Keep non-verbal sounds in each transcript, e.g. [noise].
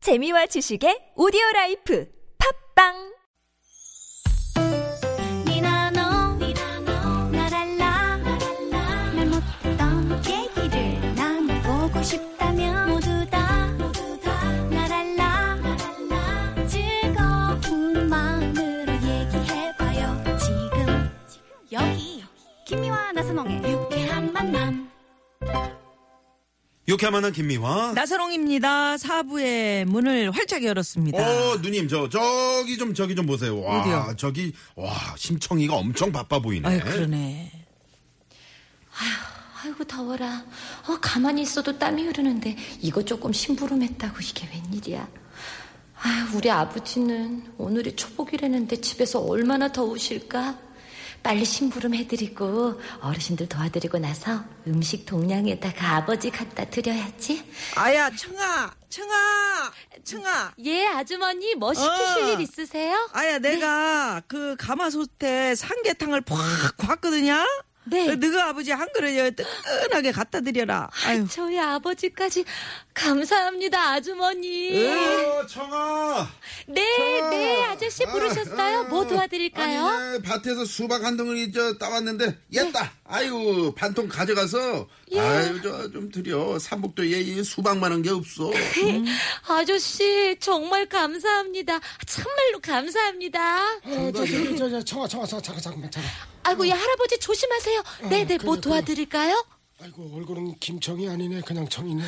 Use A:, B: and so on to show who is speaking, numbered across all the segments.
A: 재미와 지식의 오디오 라이프 팝빵
B: 니나노 나랄라 말 못했던 얘기를 나눠보고 싶다면 모두 다 나랄라 즐거운 마음으로 얘기해봐요 지금 여기 김미와 나선홍의 유쾌한 만남
C: 이렇게 하면은 김미화.
D: 나선홍입니다. 사부의 문을 활짝 열었습니다.
C: 어 누님 저 저기 좀 저기 좀 보세요. 와
D: 어디요?
C: 저기 와 심청이가 엄청 바빠 보이네.
D: 아유, 그러네.
E: 아이고 더워라. 어 가만히 있어도 땀이 흐르는데 이거 조금 심부름했다고 이게 웬일이야? 아 우리 아버지는 오늘이 초복이라는데 집에서 얼마나 더우실까? 빨리 심부름 해드리고 어르신들 도와드리고 나서 음식 동량에다가 아버지 갖다 드려야지.
D: 아야, 청아, 청아, 청아.
E: 예 아주머니 뭐
D: 시키실
E: 시키실
D: 어. 일
E: 일 있으세요?
D: 아야, 내가 그 가마솥에 삼계탕을 푹 왔거든요.
E: 네.
D: 너가 아버지 한 그릇 뜨끈하게 갖다 드려라. 아유.
E: 저희 아버지까지 감사합니다 아주머니.
C: 어, 청아.
E: 네
C: 청아.
E: 네 아저씨 부르셨어요? 뭐 도와드릴까요? 예.
C: 아니, 네, 밭에서 수박 한 덩어리 저 따왔는데 옜다. 아유 반통 가져가서 아유 저 좀 드려. 삼복도 얘이 수박만한 게 없어.
E: 그 아저씨 정말 감사합니다. 참말로 감사합니다.
F: 예, 저저저 청아 청아 청아 잠깐 잠깐만 잠깐.
E: 아이고 이 할아버지 조심하세요. 네네 뭐
F: 그래,
E: 도와드릴까요?
F: 아이고 얼굴은 김청이 아니네 그냥
E: [laughs]
F: 청이네.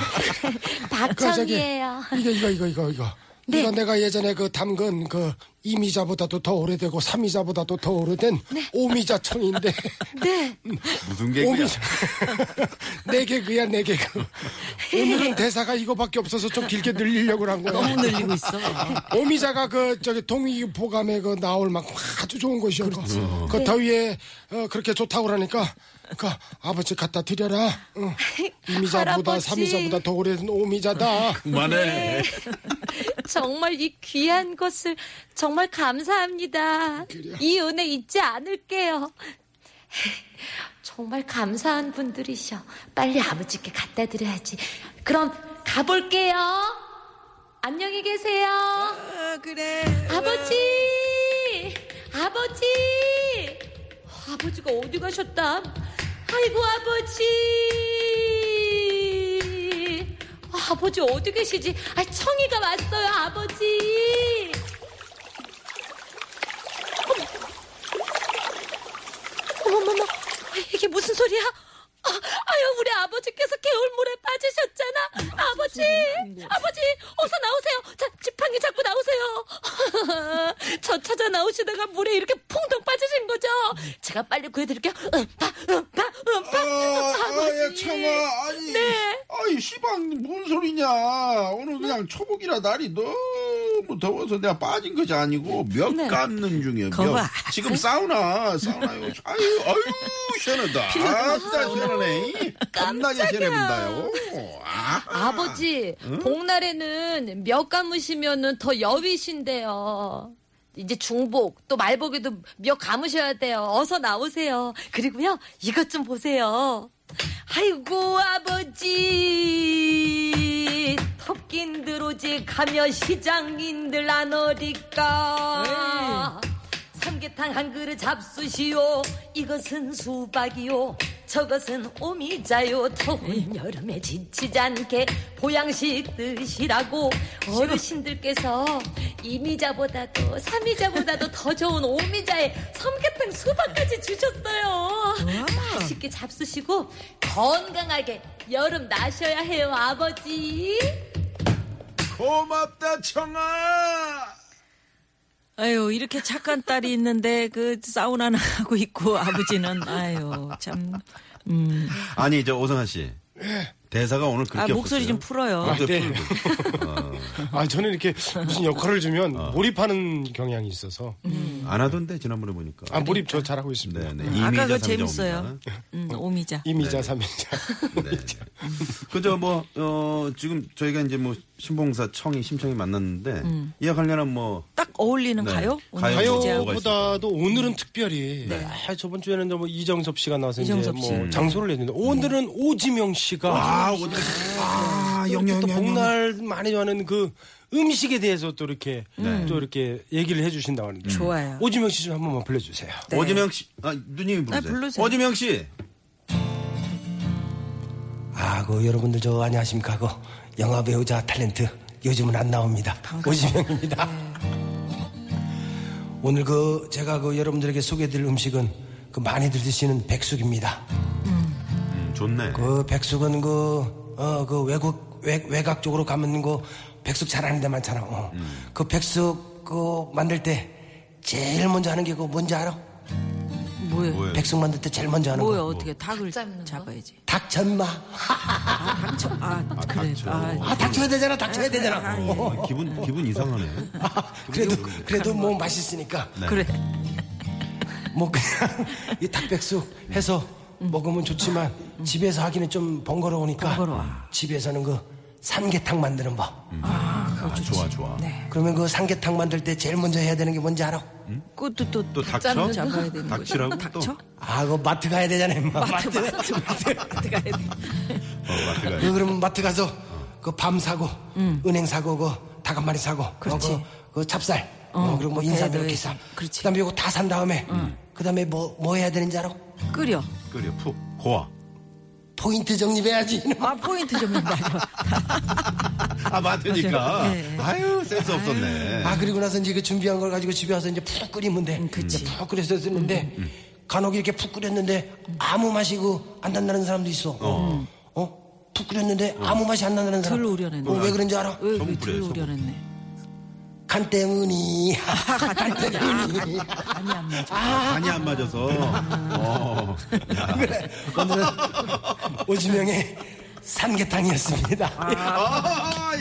F: [laughs] 그 저기,
E: 박청이에요.
F: 이거 이거 이거 이거 이거.
E: 네.
F: 이거 내가 예전에 그 담근 그 이미자보다도 더 오래되고 삼이자보다도 더 오래된 오미자 청인데
E: [laughs] 네.
C: 무슨
F: 오미자 [laughs] 네 개그야 네 개그. 오늘은 대사가 이거밖에 없어서 좀 길게 늘리려고 한 거야.
D: 너무 아, 늘리고 있어.
F: 오미자가 그 저기 동위 보감에 그 나올 만큼 아주 좋은 곳이요.
C: 그렇죠.
F: 그,
C: 네.
F: 그 더위에 어, 그렇게 좋다고 그러니까 그 아버지 갖다 드려라. 응. 이미자보다
E: 할아버지.
F: 삼이자보다 더 오래된 오미자다.
E: 예.
C: 그만해.
E: [laughs] 정말 이 귀한 것을 정말 감사합니다. 이 은혜 잊지 않을게요. [laughs] 정말 감사한 분들이셔. 빨리 아버지께 갖다 드려야지. 그럼 가볼게요. 안녕히 계세요.
D: 아, 그래.
E: 아버지! 아버지! 아버지가 어디 가셨다? 아이고, 아버지! 아버지 어디 계시지? 아, 청이가 왔어요, 아버지! 어머머머, 이게 무슨 소리야? 아, 아유, 우리 아버지께서 개울물에 빠지셨잖아. 아버지, 아버지, 어서 나오세요. 자, 지팡이 잡고 나오세요. [laughs] 저 찾아 나오시다가 물에 이렇게 풍덩 빠지신 거죠? 제가 빨리 구해드릴게요. 음파, 음파,
C: 아,
E: 음파.
C: 아야
E: 아버지.
C: 청아 아니.
E: 네.
C: 아이 시방 뭔 소리냐. 오늘
D: 네.
C: 그냥 초복이라 날이 너무 더워서 내가 빠진 것이 아니고 몇
D: 네.
C: 감는 중이야.
D: 거봐.
C: 몇. 지금 사우나 사우나요. 아유 아유 시원하다. 아따 시원하네. 겁나게 시원해본다요. 아.
E: 아버지, 복날에는 몇 감으시면은 더 여위신데요. 이제 중복 또 말복에도 몇 감으셔야 돼요. 어서 나오세요. 그리고요 이것 좀 보세요. 아이고 아버지 턱긴 들오지 가며 시장인들 안 어릴까. 삼계탕 한 그릇 잡수시오 이것은 수박이요 저것은 오미자요 더운 여름에 지치지 않게 보양식 드시라고 어르신들께서 이미자보다도 삼미자보다도 더 좋은 오미자에 삼계탕 수박까지 주셨어요 맛있게 잡수시고 건강하게 여름 나셔야 해요 아버지
C: 고맙다 청아.
D: 아유, 이렇게 착한 딸이 있는데 그 사우나나 하고 있고 아버지는 아유, 참. 음.
C: 아니 저 오성아 씨. 예. 대사가 오늘
D: 아,
C: 그렇게
D: 목소리
C: 없었어요?
D: 좀 풀어요.
C: 목소리
F: 네.
C: 풀고. 어,
F: 아 저는 이렇게 무슨 역할을 주면
C: 아.
F: 몰입하는 경향이 있어서
C: 안 하던데 지난번에 보니까.
F: 아 몰입 저 잘하고 있습니다.
C: 네네.
D: 음. 아까
C: 이미자
D: 그거
C: 삼자
D: 재밌어요.
C: 옵니다.
D: 음, 오미자.
F: 이미자 삼이자. [laughs]
C: 네. 그저 뭐, 어, 지금 저희가 이제 뭐, 신봉사 청이, 심청이 만났는데, 이와 관련한 뭐,
D: 딱 음. 어울리는
C: 네.
D: 가요? 오늘
C: 가요. 네.
D: 주제하고.
C: 뭐가 있을까요?
F: 가요보다도 오늘은 특별히 아, 저번 주에는 뭐 이정섭 씨가 나와서 이제
D: 이정섭 씨.
C: 음.
F: 뭐 장소를 내는데 오늘은 오지명 씨가
C: 아, 어디, 아, 아,
G: 또 이렇게
C: 영영,
G: 또
C: 영영.
G: 복날 많이 하는 그 음식에 대해서 또 이렇게 또 이렇게 얘기를 해주신다고 하는데
D: 네. 음. 좋아요.
G: 오지명 씨 좀 한 번만 불러주세요.
C: 오지명 씨, 아, 누님이 부르세요.
D: 네. 아, 부르세요.
C: 오지명 씨.
G: 아, 그 여러분들 저 안녕하십니까? 그 영화 배우자 탤런트 요즘은 안 나옵니다. 오지명입니다.
D: 네.
G: 오늘 그 제가 그 여러분들에게 소개해드릴 음식은 그 많이들 드시는 백숙입니다.
C: 음, 좋네.
G: 그 백숙은 그, 어, 그 외국, 외, 외곽 쪽으로 가면 그 백숙 잘하는 데 많잖아. 어. 그 백숙 그 만들 때 제일 먼저 하는 게 그 뭔지 알아?
D: 뭐예요?
C: 뭐예요?
G: 백숙 만들 때 제일 먼저 하는
D: 뭐야
G: 거.
D: 어떻게 닭을
E: 잡는 거?
D: 잡아야지.
G: 닭천마.
D: 아, 닭쳐. 아, 그래.
C: 닭쳐.
D: 아,
G: 아, 닭쳐야 되잖아, 닭쳐야 되잖아. 어.
C: 아, 기분, 기분 이상하네.
G: [laughs] 그래도, 그래도 뭐 맛있으니까.
D: 그래.
G: 뭐 그냥 이 닭백숙 해서 먹으면 좋지만 집에서 하기는 좀 번거로우니까
D: 번거로워.
G: 집에서는 그 삼계탕 만드는 법.
C: 아, 좋아, 좋아.
D: 네.
G: 그러면 그 삼계탕 만들 때 제일 먼저 해야 되는 게 뭔지 알아?
D: 그것도 또,
C: 또 닥쳐?
D: 잡는 잡아야 되는 거죠.
C: 닥치라고 또?
D: 닥쳐?
G: 아, 그 마트 가야 되잖아, 임마. 마트.
D: 마트, 마트, 마트 가야 돼.
C: 어, 맞다.
G: 그 그러면 마트 가서 그 밤 사고, 은행 사고, 그 닭 한 마리 사고, 어,
D: 음. 그렇지.
G: 그, 그 찹쌀, 어, 그리고 뭐 인삼
D: 배도
G: 이렇게
D: 있어.
G: 사.
D: 그렇지.
G: 다음에 이거 다 산 다음에, 그 다음에 뭐, 뭐 해야 되는지 알아?
D: 끓여.
C: 끓여, 푹. 고아.
G: 포인트 정립해야지. 이놈아.
D: 아, 포인트 좀 해봐요.
C: 아, 맞으니까.
D: [laughs] 네.
C: 아유, 센스 없었네.
G: 아 그리고 나서 이제 그 준비한 걸 가지고 집에 와서 이제 푹 끓이면
D: 음,
G: 돼. 이제 푹 끓여서 쓰는데 간혹 이렇게 푹 끓였는데 아무 맛이고 안 난다는 사람도 있어. 어. 푹 끓였는데 아무 맛이 안 난다는 사람.
D: 덜 우려냈네.
G: 어, 왜 그런지 알아?
D: 왜, 왜
C: 소금 뿌려요,
D: 둘로
C: 소금.
D: 우려냈네.
G: 간 때문이. [laughs] 간 때문이.
D: 아니, 안 맞아.
C: 간이 안 맞아서.
D: 음.
C: 어.
G: 그래. 오늘은 오지명의 삼계탕이었습니다.
C: 아,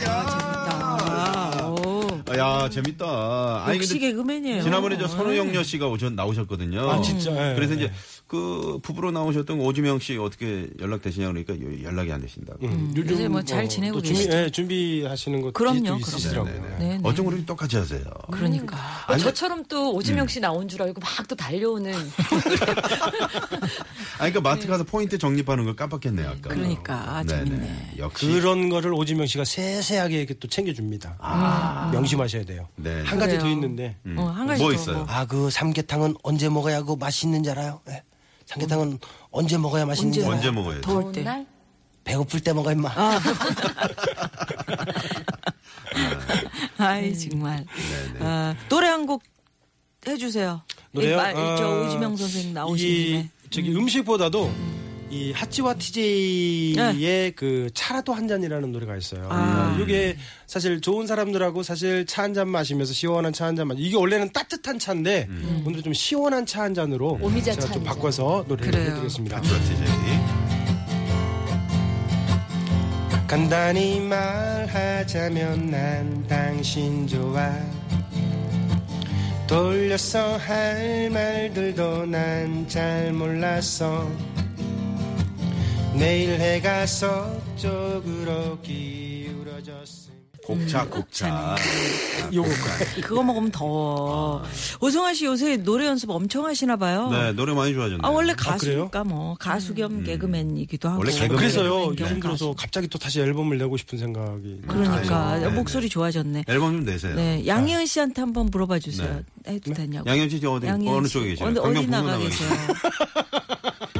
C: 야.
D: 아, 오.
C: 아, 야, 재밌다. 아니,
D: 역시
C: 근데
D: 개그맨이에요. 음.
C: 지난번에 저
D: 네.
C: 선우영녀 씨가 오셨, 나오셨거든요.
G: 아, 진짜? 예,
C: 그래서
G: 예.
C: 이제 그 부부로 나오셨던 오지명 씨 어떻게 연락 되시냐 그러니까 요- 연락이 안 되신다고.
D: 요새 뭐잘 지내고
F: 또 준비,
D: 계시죠?
F: 예, 준비하시는 것들이
D: 그럼요,
F: 또
D: 그럼요.
F: 있으시더라고요.
D: 네, 네.
C: 어쩜 그렇게 똑같이 하세요.
D: 그러니까.
E: 어, 저처럼 또 오지명 씨 나온 줄 알고 막 또 [laughs] 달려오는
C: 아니, 그러니까 마트 가서 포인트 정립하는 걸 깜빡했네요, 아까.
D: 그러니까. 아,
C: 네네.
D: 재밌네.
C: 역시.
G: 그런 거를 오지명 씨가 세세하게 이렇게 또 챙겨줍니다. 명심하셔야 돼요.
C: 네.
G: 한 가지 더
D: 그래요.
G: 있는데.
D: 어, 한 가지
C: 뭐
D: 더
C: 있어요?
G: 아 그 삼계탕은 언제 먹어야 그 맛있는지 알아요? 예. 삼계탕은 언제 먹어야 맛있는지 알아요?
C: 언제 먹어야 돼?
D: 더울 때.
E: 날
G: 배고플 때 먹어 임마
D: [laughs] 아이 정말. 아, 노래 한 곡 해주세요. 이 말- 저 오지명 선생님 나오신 김에.
G: 저기 음식보다도 이 하찌와 TJ의 그 차라도 한 잔이라는 노래가 있어요. 이게 사실 좋은 사람들하고 사실 차 한 잔 마시면서 시원한 차 한 잔 마시. 이게 원래는 따뜻한 차인데 오늘 좀 시원한 차 한 잔으로
E: 오미자
G: 제가
E: 차
G: 좀
E: 한 잔.
G: 바꿔서 노래를
D: 그래요.
G: 해드리겠습니다.
C: 아,
D: 음.
G: 간단히 말하자면 난 당신 좋아 돌려서 할 말들도 난 잘 몰랐어 내일 해가 서쪽으로 기울어졌음
C: 곡차, 곡차.
G: 요거가
D: 그거 먹으면 더워. 오성아 씨 요새 노래 연습 엄청 하시나 봐요.
C: 네, 노래 많이 좋아졌네.
D: 아 원래
G: 그래요?
D: 가수니까 뭐 가수 겸 개그맨이기도 하고.
C: 원래 개그맨.
G: 그래서요
D: 네, 개그맨
G: 네.
D: 겸
G: 요즘 들어서
D: 가수.
G: 갑자기 또 다시 앨범을 내고 싶은 생각이
D: 그러니까
C: 아이고, 네,
D: 목소리 좋아졌네.
C: 앨범 좀 내세요. 네.
D: 네, 양희은 씨한테 한번 물어봐 주세요. 해도 되냐고.
C: 양현 씨 어디,
D: 양희은
C: 어느
D: 씨.
C: 쪽에 계시나요?
D: 어디, 어디
C: 강명
D: 나가
C: 북문
D: 계세요?
G: [laughs]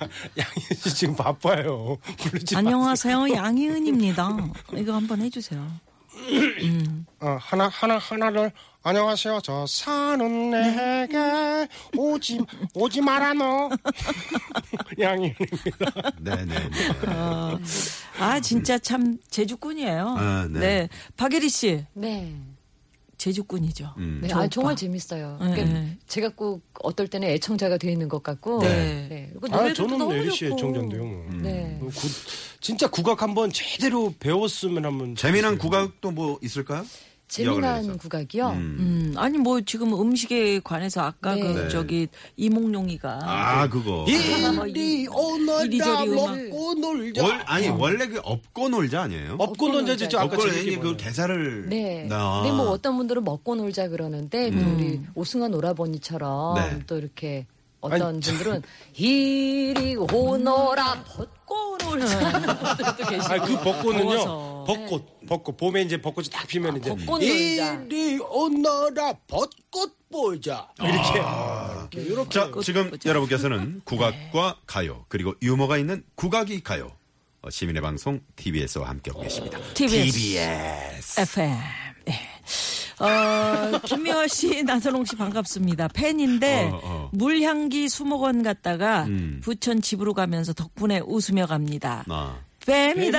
C: [laughs]
G: 양현 씨 지금 바빠요 [laughs] 부르지 마
D: 안녕하세요, 양희은입니다. 이거 한번 해주세요.
G: 아,
F: 어, 하나 하나 하나를 안녕하세요. 저 사는 내게 오지 오지 마라 너. [laughs] 양이
C: 네, 네, 네.
D: [laughs] 아 진짜 참 제주꾼이에요.
C: 음. 아, 네.
D: 박예리 씨
E: 네.
D: 제주꾼이죠.
C: 음.
E: 네,
D: 저
E: 아
D: 오빠.
E: 정말 재밌어요.
D: 네,
E: 그러니까
D: 네.
E: 제가 꼭 어떨 때는 애청자가 돼 있는 것 같고.
D: 네.
E: 그리고
G: 아
E: 노래도
G: 저는
E: 너무
G: 예리 씨의
E: 좋고.
G: 청자인데요 뭐.
E: 네.
G: 뭐 구- 진짜 국악 한번 제대로 배웠으면 한번
C: 재미난 국악도 뭐 있을까요? 기억을 해서.
E: 재미난 국악이요.
D: 음, 아니 뭐 지금 음식에 관해서 아까
E: 네.
D: 그
C: 네.
D: 저기 네. 이몽룡이가
C: 아, 그거.
G: 이리 오너라
D: 이리저리 음악.
G: 먹고 놀자
C: 월, 아니, 원래 그 업고 놀자 아니에요?
G: 업고 논자지 저 아까
C: 업고 놀자.
G: 재밌게
C: 그
G: 보네.
C: 개사를.
E: 네.
C: 아.
E: 근데 뭐 어떤 분들은 먹고 놀자 그러는데 또
G: 음.
E: 우리 오승환 오라버니처럼
C: 네.
E: 또 이렇게 어떤
G: 아니, 참.
E: 분들은
D: 네.
E: 이리 오너라 벗고 놀자. 분들도 계시고.
G: 아니 그 벚꽃은요
D: 더워서. 네.
F: 벚꽃, 벚꽃. 봄에 이제 벚꽃이 딱 피면
C: 아,
F: 이제
D: 벚꽃 놀자.
F: 이리 오너라 벚꽃 보자. 이렇게 이렇게 이렇게
C: 자, 지금
D: [laughs] 네.
C: 여러분께서는 국악과 가요 그리고 유머가 있는 국악이 가요 어, 시민의 방송 TBS와 함께하고 계십니다.
D: TBS. FM. 네. 어, 김미화 씨, [laughs] 나선홍 씨 반갑습니다. 팬인데
C: 어, 어.
D: 물향기 수목원 갔다가 부천 집으로 가면서 덕분에 웃으며 갑니다.
C: 아.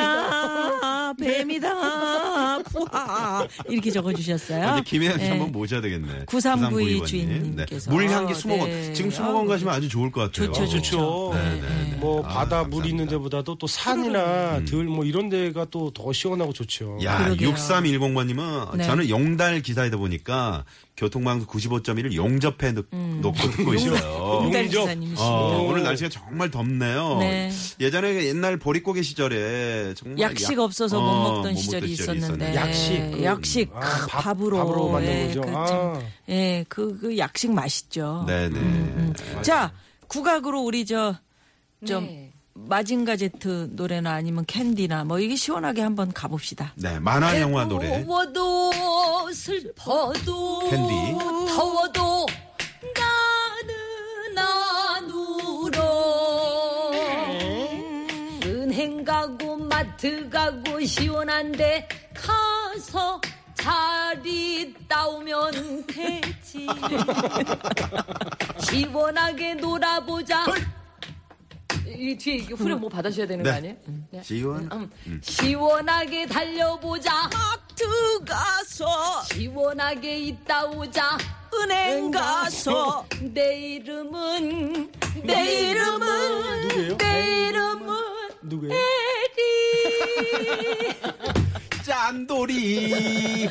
D: 뱀이다, 뱀이다, 쿠하 이렇게 적어주셨어요.
C: 이제 김혜연 씨
D: 네.
C: 한번 모셔야 되겠네.
D: 9392
C: 9392
D: 주인님께서.
C: 물향기
D: 아,
C: 수목원.
D: 네.
C: 지금 수목원
D: 아,
C: 가시면 아주 좋을 것 같아요.
D: 좋죠, 좋죠.
F: 그렇죠.
C: 네,
D: 네.
C: 아,
F: 뭐 바다 물 있는 데보다도 또 산이나 들 뭐 이런 데가 또 더 시원하고 좋죠.
C: 야,
D: 그러게요.
C: 6310번님은
D: 네.
C: 저는 용달 기사이다 보니까 교통방송 95.1을 용접해 놓, 고 듣고 있어요.
D: 음. [laughs] 용달
F: 용접.
D: 기사님이시.
C: 어, 오늘 날씨가 정말 덥네요.
D: 네.
C: 예전에 옛날 보릿고개 시절에 정말
D: 약식
C: 약-
D: 없어서
C: 어,
D: 못 먹던 시절이 있었는데
C: 있었네요.
F: 약- 약식. 그,
D: 약식
F: 아,
D: 크,
F: 밥-
D: 밥으로
F: 밥으로 만든 거죠.
D: 그
F: 아.
D: 참, 예, 그, 그 약식 맛있죠.
C: 네네.
D: 음, 자 국악으로 우리 저 좀
E: 네.
D: 마징가 제트 노래나 아니면 캔디나 뭐 이게 시원하게 한번 가봅시다.
C: 네, 만화 영화 노래.
E: 더워도 슬퍼도
C: 캔디.
E: 더워도 나는 안 울어 은행 가고 마트 가고 시원한데 가서 자리 따오면
C: [laughs]
E: 되지 시원하게 놀아보자 이 뒤에 이게 후렴 뭐 받아줘야 되는 거
C: 네.
E: 아니에요? 네.
C: 지원.
D: 어.
E: 시원하게 달려보자
D: 마트 가서
E: 시원하게 있다 오자
D: 은행 가서
E: 내 이름은 내 이름은
F: 누구예요?
E: 내 이름은
D: [laughs]
F: 누구예요?
E: 에리
D: [laughs]
C: 짠돌이.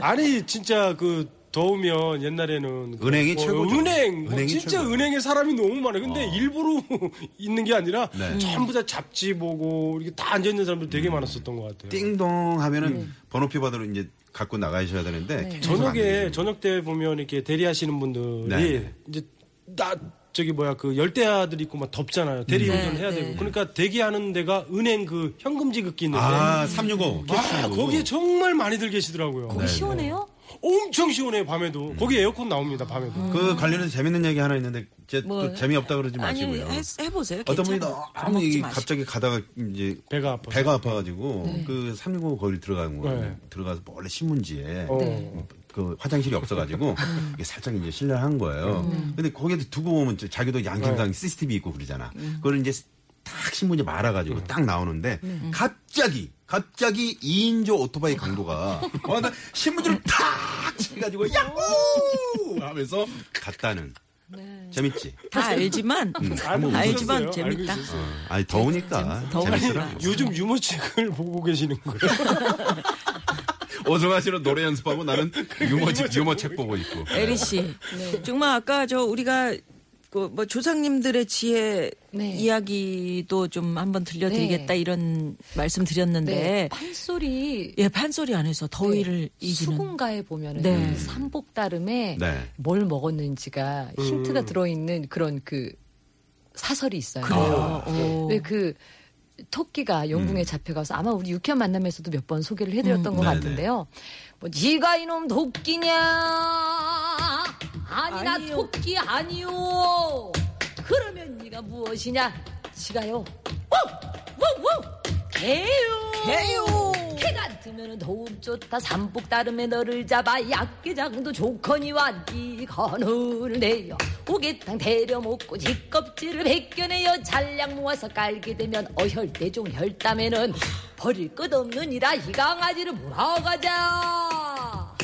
F: 아니 진짜 그 더우면 옛날에는 그
C: 은행이
F: 뭐
C: 최고죠.
F: 은행 뭐
C: 은행이
F: 진짜
C: 최고죠.
F: 은행에 사람이 너무 많아요. 근데 일부러 [laughs] 있는 게 아니라
D: 음.
C: 네. 음.
F: 전부 다 잡지 보고 이렇게 다 앉아 있는 사람들 되게 많았었던 것 같아요.
C: 띵동 하면은
D: 네.
C: 번호표 받으러 이제 갖고 나가셔야 되는데. 계속 안
F: 저녁에
C: 되네요.
F: 저녁 때 보면 이렇게 대리하시는 분들이
C: 네, 네.
F: 이제 나 저기 뭐야 그 열대야들 있고 막 덥잖아요. 대리
C: 음.
F: 운전
D: 네,
F: 해야 되고 그러니까 대기하는 데가 은행 그 현금 지급기 있는데
C: 아, 365.
D: 네.
F: 와, 거기에 정말 많이들 계시더라고요.
C: 네.
E: 시원해요?
F: 엄청 시원해요 밤에도. 거기 에어컨 나옵니다 밤에도.
C: 그 관련해서 재밌는 얘기 하나 있는데 이제 또
D: 뭐요?
C: 재미없다 그러지 마시고요.
D: 아니 해, 해보세요.
C: 어떤 분이
D: 괜찮아요.
C: 너무
D: 먹지
C: 이
D: 마시고. 네.
C: 갑자기 가다가 이제
F: 배가 아파서.
C: 배가 아파가지고 그365 거리 들어간 거예요.
F: 네.
C: 들어가서 원래 신문지에
F: 어.
D: 네.
C: 그 화장실이
D: [laughs]
C: 없어가지고
D: 음.
C: 이게 살짝 이제 신뢰를 한 거예요. 근데 거기에 두고 보면 저- 자기도
F: 네.
C: 양심상 CCTV 있고 그러잖아.
D: 음.
C: 그걸 이제 딱 신문지 말아가지고
F: 네.
C: 딱 나오는데
D: 네. 음.
C: 갑자기 갑자기 2인조 오토바이
D: [laughs]
C: 강도가 어, 나 신문지를 탁 치가지고 야호 하면서 갔다는
D: 네.
C: 재밌지.
D: 다 알지만
C: 음,
F: 알고
D: 알지만
F: 있었어요.
D: 재밌다.
F: 알고 있었어요.
C: 아니 더우니까
D: 더우니까.
C: 재밌더라고.
F: 요즘 유머책을 [laughs] 보고 계시는 거예요.
C: 오승환 씨는 노래 연습하고 [laughs] 나는 유머 유머 책 보고 네. 있고.
D: 에리
F: 네.
D: 씨,
E: 네.
D: 정말 아까 저 우리가 그 뭐 조상님들의 지혜
E: 네.
D: 이야기도 좀 한번 들려드리겠다
E: 네.
D: 이런 말씀 드렸는데
E: 네 판소리
D: 예, 판소리 안에서 더위를 이기는.
E: 수군가에 보면은
D: 네.
E: 이 삼복다름에
C: 네.
E: 뭘 먹었는지가 힌트가 들어있는 그런 그 사설이 있어요.
D: 그래요. 오.
E: 왜 그 토끼가 용궁에 잡혀가서 아마 우리 유쾌한 만남에서도 몇 번 소개를 해드렸던 것
C: 음. 네네.
E: 같은데요. 뭐 지가 이놈 토끼냐? 아니나
D: 아니요.
E: 토끼 아니요. 그러면 네가 무엇이냐? 지가요. 워워워 개요.
D: 개요.
E: 개 같으면 더욱 좋다 삼복 다름에 너를 잡아 약계장도 좋거니와 네 건우를 내어 오개탕 데려 먹고 지 껍질을 벗겨내어 잘량 모아서 깔게 되면 어혈대종 혈담에는 버릴 것 없느니라 이 강아지를 몰아가자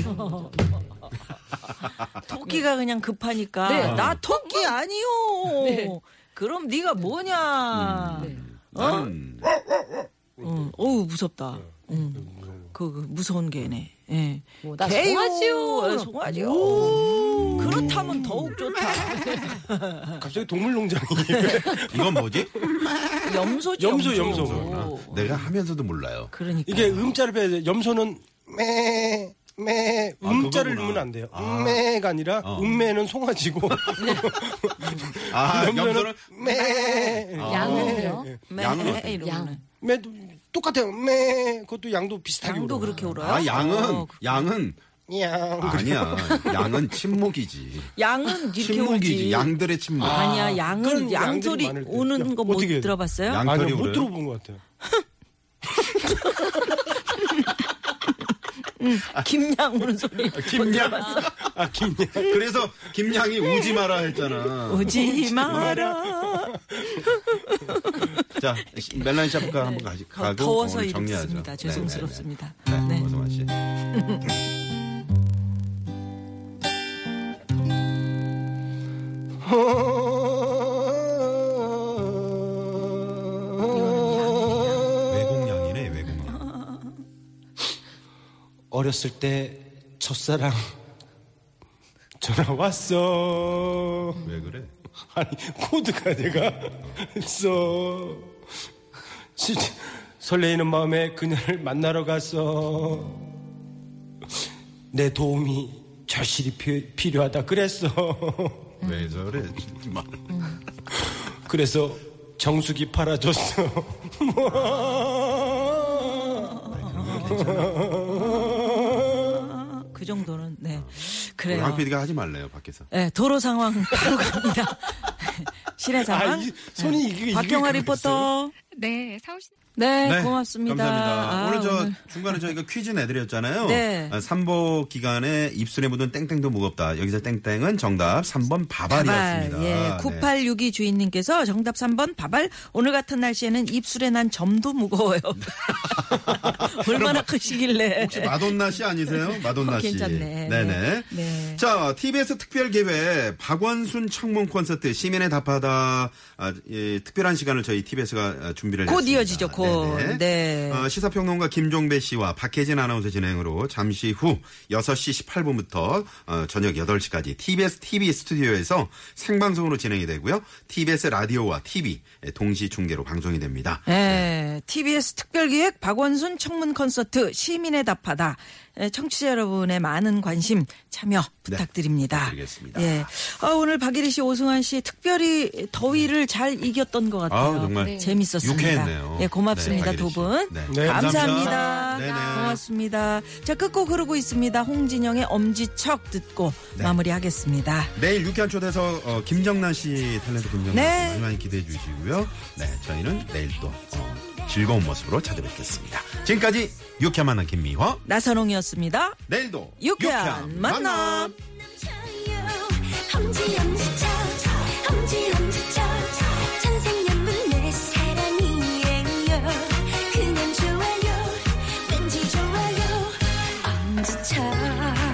D: 토끼가 그냥 급하니까
E: 네.
D: 나 토끼 아니요. 그럼 네가 뭐냐. 어?
C: 음.
D: 응. 어우 무섭다. 응. 그, 그 무서운 개네. 예.
E: 뭐, 나
D: 개요.
E: 송아지요.
D: 예, 송아지요. 그렇다면 더욱 좋다. 네.
F: 갑자기 동물농장이 [laughs]
C: 이건 뭐지?
D: 염소지
F: 염소, 염소.
C: 내가 하면서도 몰라요.
D: 그러니까
F: 이게 음자를 빼야 돼. 염소는 매, 매,
C: 아,
F: 음자를
C: 그거구나.
F: 넣으면 안 돼요.
C: 아. 어.
F: 음매가 아니라 음매는 송아지고
C: [laughs] 아, 염소는
F: 매, [laughs]
E: 양은요?
D: 매
C: 양은 어때요?
D: 이러면
E: 양.
F: 매,
G: 똑같아요. 매 그것도 양도 비슷하게
D: 양도
G: 울어요.
D: 그렇게 울어요?
C: 아 양은
D: 어,
C: 양은
G: 냥.
C: 아니야. 양은 침묵이지.
D: 양은 이렇게
C: 침묵이지.
D: 울지.
C: 양들의 침묵.
D: 아니야, 양은
G: 그런
D: 양
G: 양들이
D: 소리
G: 많을 때.
D: 오는 거 못
G: 어떻게 해요?
D: 들어봤어요?
C: 양-
G: 아니요
C: 양털이
G: 못
C: 울어요?
G: 들어본 것 같아요.
D: 아, 김양 우는 소리.
C: 김양. 아, 김양. 그래서 김양이 우지 마라 했잖아.
D: 오지 마라.
C: 자, 시- 멜라니 샵과 한번 가시, 가고
D: 네. 더워서
C: 오늘
D: 이렇습니다.
C: 정리하죠.
D: 죄송스럽습니다.
C: 네, 네, 네.
D: 네.
C: 네, 고성환 씨. 외국양이네, 외국양.
G: 어렸을 때 첫사랑 [laughs] 전화 왔어.
C: 왜 그래?
G: 아니 코드가 내가 있어 진짜 설레이는 마음에 그녀를 만나러 갔어 내 도움이 절실히 피- 필요하다 그랬어
D: 네.
C: 왜 저래? 정말.
G: 그래서 정수기 팔아줬어 [laughs] 뭐?
D: 그 정도는 네. 그래요.
C: 강 PD가 아, 하지 말래요, 밖에서.
D: 네, 도로 상황 [laughs] 바로 갑니다. 실내 상황.
G: 아, 이- 손이
D: 네.
G: 이게- 이게
D: 박경화
G: 가고
D: 리포터.
B: 네, 사오신
D: 네, 고맙습니다.
C: 감사합니다.
D: 아,
C: 오늘 저 중간에 저희가 퀴즈 내드렸잖아요.
D: 네.
C: 아, 삼보 기간에 입술에 묻은 땡땡도 무겁다. 여기서 땡땡은 정답 3번
D: 바발.
C: 바발이었습니다. 네. 아,
D: 예. 9862 주인님께서 정답 3번 바발. 오늘 같은 날씨에는 입술에 난
C: [laughs]
D: 점도 무거워요. [laughs] 얼마나 크시길래.
C: 혹시 마돈나 씨 아니세요? 마돈나 씨.
D: 네. 어, 괜찮네.
C: 네네.
D: 네.
C: 자, TBS 특별 기획 박원순 청문 콘서트 시민의 답하다 아, 예, 특별한 시간을 저희 TBS가 아, 준비를
D: 곧
C: 했습니다.
D: 이어지죠, 곧.
C: 네네.
D: 네.
C: 어, 시사평론가 김종배 씨와 박혜진 아나운서 진행으로 잠시 후 6시 18분부터 어, 저녁 8시까지 TBS TV 스튜디오에서 생방송으로 진행이 되고요. TBS 라디오와 TV 동시 중계로 방송이 됩니다.
D: 네. TBS 특별기획 박원순 청문 콘서트 시민의 답하다. 예, 청취자 여러분의 많은 관심 참여 부탁드립니다.
C: 네, 부탁드리겠습니다.
D: 예. 아, 오늘 박일희 씨, 오승환 씨 특별히 더위를 잘 이겼던 것 같아요.
C: 네.
D: 네.
C: 아우, 정말
D: 재밌었습니다.
C: 유쾌했네요.
D: 예, 고맙습니다
C: 네,
D: 두
C: 박일희 씨.
D: 분.
C: 네.
G: 네,
D: 감사합니다.
C: 감사합니다. 네네.
D: 고맙습니다. 자, 끝곡 흐르고 있습니다. 홍진영의 엄지척 듣고
C: 네.
D: 마무리하겠습니다.
C: 내일 유쾌한 초대서 어, 김정란 씨 탤런트 김정란
D: 네.
C: 씨 많이 많이 기대해 주시고요. 네, 저희는 내일 또 어, 즐거운 모습으로 찾아뵙겠습니다. 지금까지 유쾌한 만남 김미화.
D: 나선홍이었습니다.
C: 내일도
D: 유쾌한 만남.
B: 남자요 엄지 엄지 차차 엄지 엄지 차차 천생연분 내 사랑이에요 그냥 좋아요 왠지 좋아요 엄지 차